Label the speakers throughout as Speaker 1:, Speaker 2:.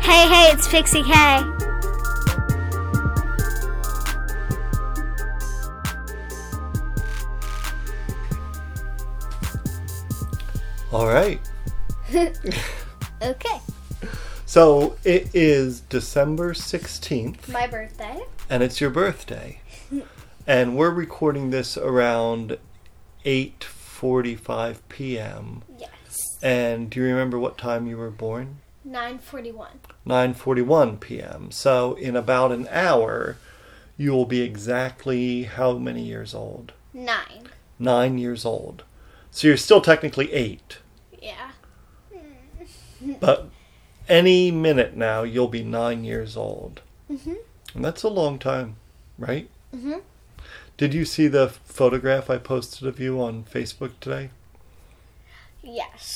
Speaker 1: Hey, hey, it's Pixie K.
Speaker 2: All right.
Speaker 1: Okay.
Speaker 2: So it is December 16th,
Speaker 1: My birthday.
Speaker 2: and it's your birthday. and we're recording this around 8:45 p.m.
Speaker 1: Yes.
Speaker 2: And do you remember what time you were born?
Speaker 1: 941.
Speaker 2: 9:41 p.m. So in about an hour, you will be exactly how many years old?
Speaker 1: 9.
Speaker 2: 9 years old. So you're still technically 8,
Speaker 1: Yeah.
Speaker 2: but any minute now you'll be 9 years old.
Speaker 1: Mhm.
Speaker 2: And that's a long time, right?
Speaker 1: Mhm.
Speaker 2: Did you see the photograph I posted of you on Facebook today?
Speaker 1: Yes.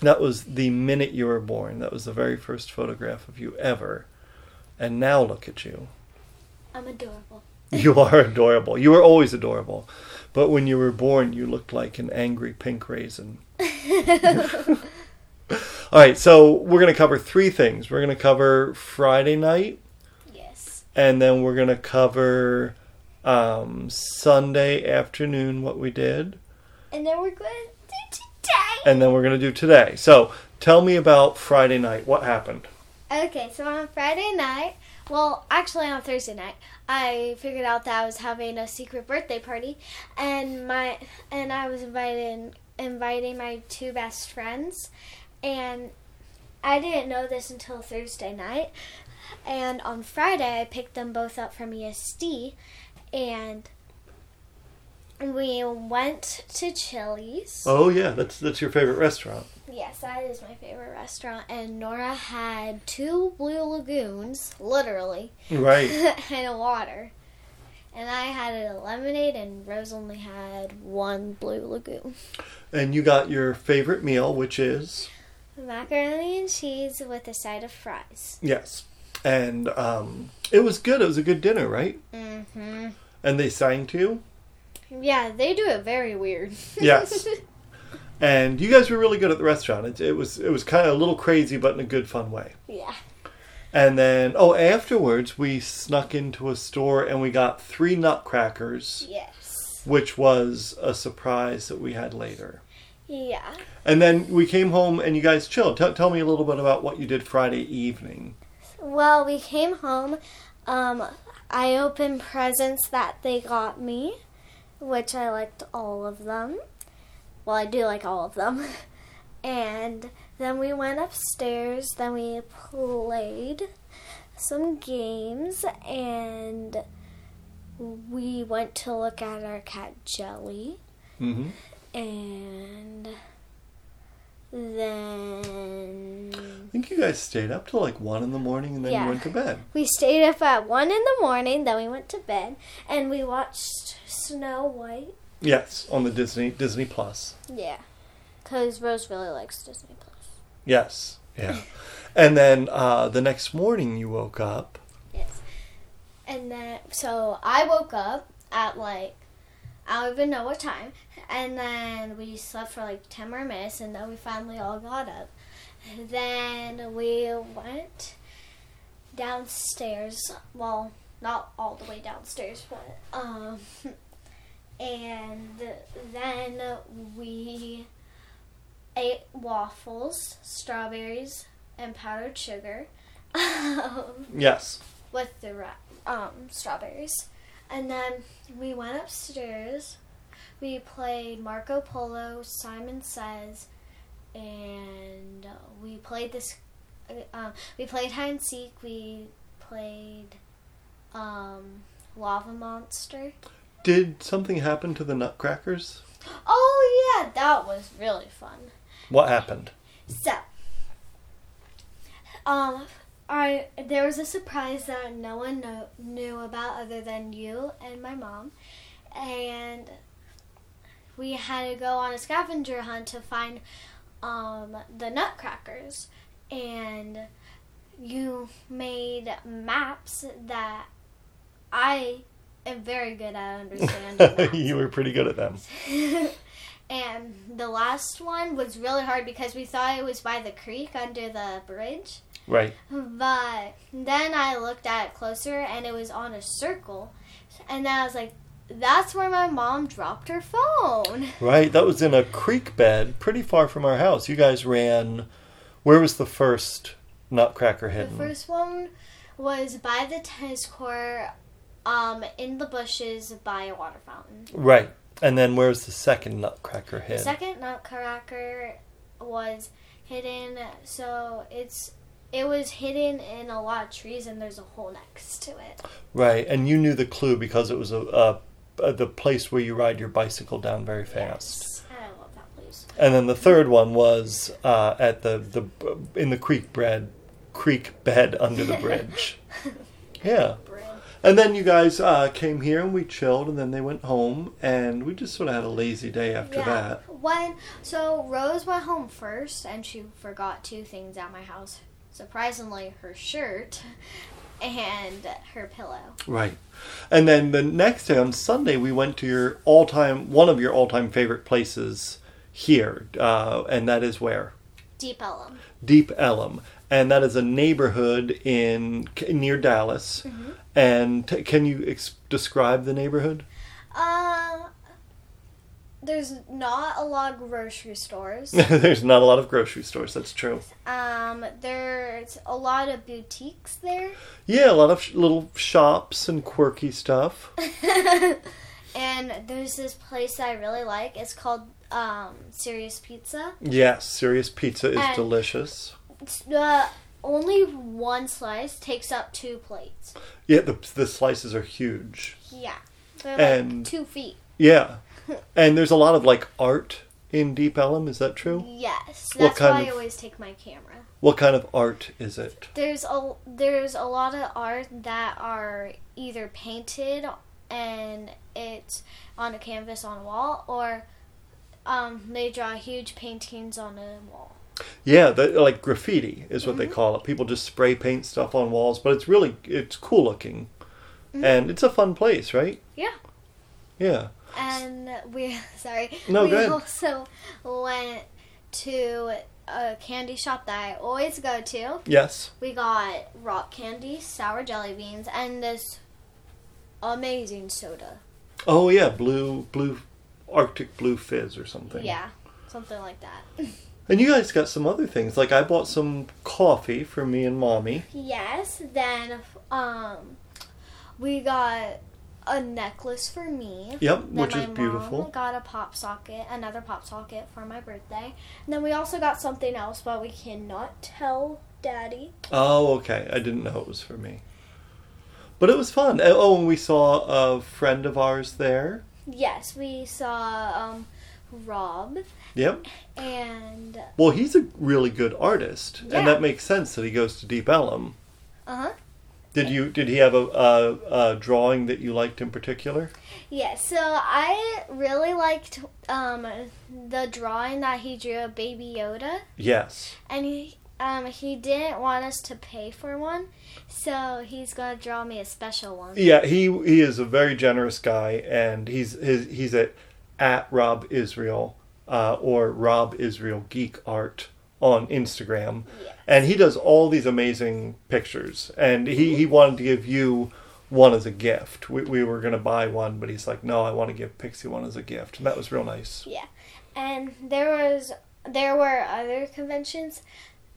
Speaker 2: That was the minute you were born. That was the very first photograph of you ever. And now look at you.
Speaker 1: I'm adorable.
Speaker 2: You are adorable. You were always adorable. But when you were born, you looked like an angry pink raisin. All right, so we're going to cover three things. We're going to cover Friday night,
Speaker 1: Yes.
Speaker 2: and then we're going to cover um, Sunday afternoon, what we did,
Speaker 1: And then we're going to do today.
Speaker 2: and then we're going to do today. So tell me about Friday night. What happened?
Speaker 1: Okay, so on Friday night, well, actually on Thursday night, I figured out that I was having a secret birthday party, and my and I was invited inviting my two best friends, and I didn't know this until Thursday night, and on Friday I picked them both up from ESD, and we went to Chili's.
Speaker 2: Oh, yeah, that's, that's your favorite restaurant.
Speaker 1: Yes, that is my favorite restaurant. And Nora had two blue lagoons, literally,
Speaker 2: Right.
Speaker 1: and a water. And I had a lemonade, and Rose only had one blue lagoon.
Speaker 2: And you got your favorite meal, which is?
Speaker 1: Macaroni and cheese with a side of fries.
Speaker 2: Yes. And um, it was good. It was a good dinner, right?
Speaker 1: Mm-hmm.
Speaker 2: And they sang to you.
Speaker 1: Yeah, they do it very weird.
Speaker 2: Yes. And you guys were really good at the restaurant. It, it was it was kind of a little crazy, but in a good fun way.
Speaker 1: yeah.
Speaker 2: And then oh, afterwards we snuck into a store and we got three nutcrackers,
Speaker 1: Yes.
Speaker 2: which was a surprise that we had later.
Speaker 1: Yeah.
Speaker 2: And then we came home and you guys chilled. Tell tell me a little bit about what you did Friday evening.
Speaker 1: Well, we came home. Um, I opened presents that they got me, which I liked all of them. Well, I do like all of them. And then we went upstairs, then we played some games, and we went to look at our cat Jelly.
Speaker 2: hmm
Speaker 1: And then.
Speaker 2: I think you guys stayed up till like one in the morning and then
Speaker 1: Yeah.
Speaker 2: you went to bed.
Speaker 1: We stayed up at one in the morning, then we went to bed, and we watched Snow White.
Speaker 2: Yes, on the Disney Disney Plus.
Speaker 1: Yeah, because Rose really likes Disney Plus.
Speaker 2: Yes. Yeah. and then uh, the next morning you woke up.
Speaker 1: Yes, and then so I woke up at like I don't even know what time, and then we slept for like ten more minutes, and then we finally all got up. Then we went downstairs. Well, not all the way downstairs, but um, and then we ate waffles, strawberries, and powdered sugar. Um,
Speaker 2: Yes.
Speaker 1: with the ra- um, strawberries. And then we went upstairs. We played Marco Polo, Simon Says, and we played this. uh, Um, we played hide and seek. We played um, Lava Monster.
Speaker 2: Did something happen to the Nutcrackers?
Speaker 1: Oh yeah, that was really fun.
Speaker 2: What happened?
Speaker 1: So, um, I there was a surprise that no one know, knew about other than you and my mom, and we had to go on a scavenger hunt to find um, the nutcrackers, and you made maps that I am very good at understanding. maps.
Speaker 2: you were pretty good at them.
Speaker 1: and the last one was really hard because we thought it was by the creek under the bridge.
Speaker 2: Right.
Speaker 1: But then I looked at it closer and it was on a circle. And then I was like, that's where my mom dropped her phone.
Speaker 2: Right. That was in a creek bed pretty far from our house. You guys ran. Where was the first nutcracker
Speaker 1: The
Speaker 2: hidden?
Speaker 1: first one was by the tennis court um, in the bushes by a water fountain.
Speaker 2: Right. And then where's the second nutcracker
Speaker 1: The
Speaker 2: hidden?
Speaker 1: second nutcracker was hidden, so it's it was hidden in a lot of trees, and there's a hole next to it.
Speaker 2: Right. And you knew the clue because it was a. a a- the place where you ride your bicycle down very fast,
Speaker 1: I love that place.
Speaker 2: and then the third one was uh, at the, the in the creek bed, creek bed under the bridge. yeah,
Speaker 1: Bread.
Speaker 2: And then you guys uh, came here and we chilled, and then they went home, and we just sort of had a lazy day after that.
Speaker 1: When so Rose went home first, and she forgot two things at my house. Surprisingly, her shirt and her pillow.
Speaker 2: Right. And then the next day on Sunday, we went to your all time, one of your all time favorite places here, uh, and that is where?
Speaker 1: Deep Ellum.
Speaker 2: Deep Ellum. And that is a neighborhood in c- near Dallas. And t- can you ex- describe the neighborhood?
Speaker 1: Um, there's not a lot of grocery stores.
Speaker 2: There's not a lot of grocery stores, that's true.
Speaker 1: Um, there's a lot of boutiques there,
Speaker 2: Yeah, a lot of sh- little shops and quirky stuff.
Speaker 1: and there's this place that I really like. It's called um, Serious Pizza.
Speaker 2: Yes, Serious Pizza is
Speaker 1: And-
Speaker 2: delicious.
Speaker 1: It's, uh, only one slice takes up two plates.
Speaker 2: Yeah, the, the slices are huge.
Speaker 1: Yeah, they're like
Speaker 2: And-
Speaker 1: two feet.
Speaker 2: Yeah. And there's a lot of like art in Deep Ellum, is that true?
Speaker 1: Yes,
Speaker 2: What
Speaker 1: that's why
Speaker 2: kind
Speaker 1: I
Speaker 2: of-
Speaker 1: always take my camera.
Speaker 2: What kind of art is it?
Speaker 1: There's a there's a lot of art that are either painted and it's on a canvas on a wall, or um, they draw huge paintings on a wall.
Speaker 2: Yeah, the, like graffiti is what
Speaker 1: Mm-hmm.
Speaker 2: they call it. People just spray paint stuff on walls, but it's really it's cool looking. And it's a fun place, right?
Speaker 1: Mm-hmm. Yeah.
Speaker 2: Yeah.
Speaker 1: And we sorry.
Speaker 2: No,
Speaker 1: we
Speaker 2: go ahead.
Speaker 1: also went to a candy shop that I always go to.
Speaker 2: Yes.
Speaker 1: We got rock candy, sour jelly beans, and this amazing soda.
Speaker 2: Oh yeah, blue blue Arctic blue fizz or something.
Speaker 1: Yeah. Something like that.
Speaker 2: And you guys got some other things. Like I bought some coffee for me and mommy.
Speaker 1: Yes, then um we got a necklace for me.
Speaker 2: Yep,
Speaker 1: Then
Speaker 2: which
Speaker 1: my
Speaker 2: is beautiful.
Speaker 1: Mom got a pop socket, another pop socket for my birthday. And then we also got something else, but we cannot tell Daddy.
Speaker 2: Oh, okay. I didn't know it was for me. But it was fun. And- Oh, and we saw a friend of ours there.
Speaker 1: Yes, we saw um, Rob,
Speaker 2: Yep.
Speaker 1: and
Speaker 2: Well, he's a really good artist,
Speaker 1: Yeah.
Speaker 2: and that makes sense that he goes to Deep Ellum.
Speaker 1: uh huh.
Speaker 2: Did you? Did he have a, a, a drawing that you liked in particular?
Speaker 1: Yeah, so I really liked um, the drawing that he drew of Baby Yoda,
Speaker 2: Yes.
Speaker 1: and he um, he didn't want us to pay for one, so he's gonna draw me a special one.
Speaker 2: Yeah. He he is a very generous guy, and he's his he's at at Rob Israel uh, or Rob Israel Geek Art on Instagram.
Speaker 1: Yes.
Speaker 2: and he does all these amazing pictures and he, he wanted to give you one as a gift we, we were going to buy one but he's like no i want to give pixie one as a gift and that was real nice
Speaker 1: Yeah, and there was there were other conventions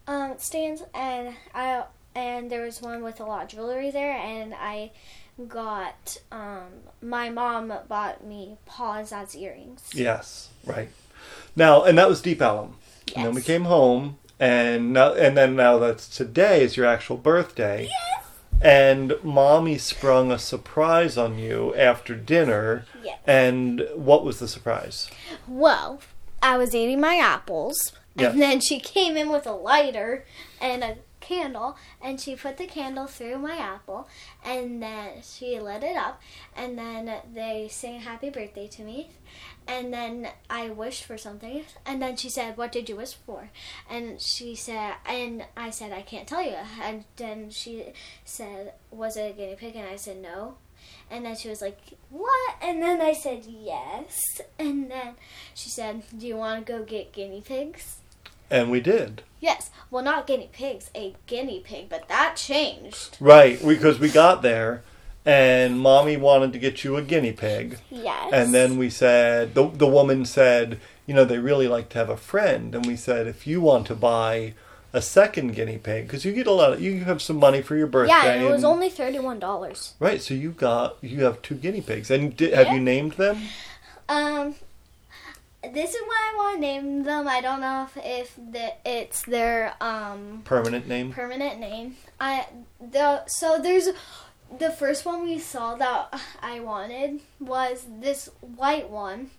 Speaker 1: um, stands, and I and there was one with a lot of jewelry there, and I got um, my mom bought me Paws as earrings.
Speaker 2: yes right now and that was deep alum and then we
Speaker 1: Yes.
Speaker 2: came home and now and then now that's today is your actual birthday
Speaker 1: Yes.
Speaker 2: and mommy sprung a surprise on you after dinner
Speaker 1: Yes.
Speaker 2: and what was the surprise
Speaker 1: Well, I was eating my apples,
Speaker 2: Yeah.
Speaker 1: and then she came in with a lighter and a candle, and she put the candle through my apple, and then she lit it up, and then they sang happy birthday to me. And then I wished for something, and then she said, "What did you wish for?" And she said, and I said, "I can't tell you." And then she said, "Was it a guinea pig?" And I said, "No." And then she was like, What? And then I said, Yes. And then she said, Do you want to go get guinea pigs?
Speaker 2: And we did.
Speaker 1: Yes. Well, not guinea pigs, a guinea pig, but that changed.
Speaker 2: Right, because we got there and mommy wanted to get you a guinea pig.
Speaker 1: Yes.
Speaker 2: And then we said, the, the woman said, you know, they really like to have a friend. And we said, if you want to buy a second guinea pig, because you get a lot of, you have some money for your birthday.
Speaker 1: yeah, and it was
Speaker 2: and-
Speaker 1: only thirty-one dollars.
Speaker 2: Right, so you got, you have two guinea pigs. And did, have
Speaker 1: Yeah.
Speaker 2: you named them?
Speaker 1: Um, this is what I want to name them. I don't know if, if the, it's their um
Speaker 2: Permanent name?
Speaker 1: permanent name. I the so there's the first one we saw that I wanted was this white one,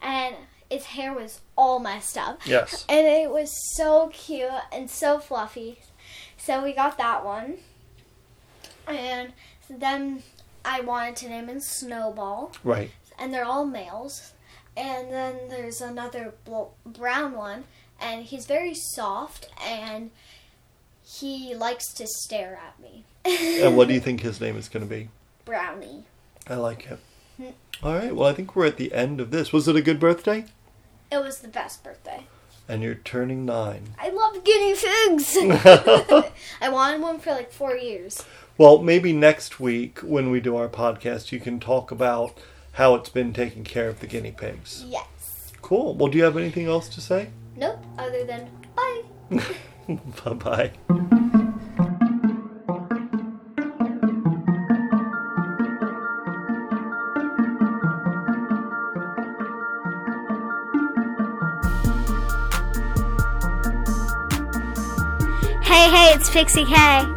Speaker 1: and its hair was all messed up,
Speaker 2: Yes.
Speaker 1: and it was so cute and so fluffy. So we got that one, and then I wanted to name him Snowball
Speaker 2: Right.
Speaker 1: and they're all males. And then there's another bl- brown one, and he's very soft and he likes to stare at me.
Speaker 2: And what do you think his name is going to be?
Speaker 1: Brownie.
Speaker 2: I like it.
Speaker 1: Hmm.
Speaker 2: All right, well, I think we're at the end of this. Was it a good birthday?
Speaker 1: It was the best birthday.
Speaker 2: And you're turning nine.
Speaker 1: I love guinea pigs. I wanted one for like four years.
Speaker 2: Well, maybe next week when we do our podcast, you can talk about how it's been taking care of the guinea pigs.
Speaker 1: Yes.
Speaker 2: Cool. Well, do you have anything else to say?
Speaker 1: Nope. Other than bye.
Speaker 2: bye bye.
Speaker 1: Hey, hey! It's Pixie K.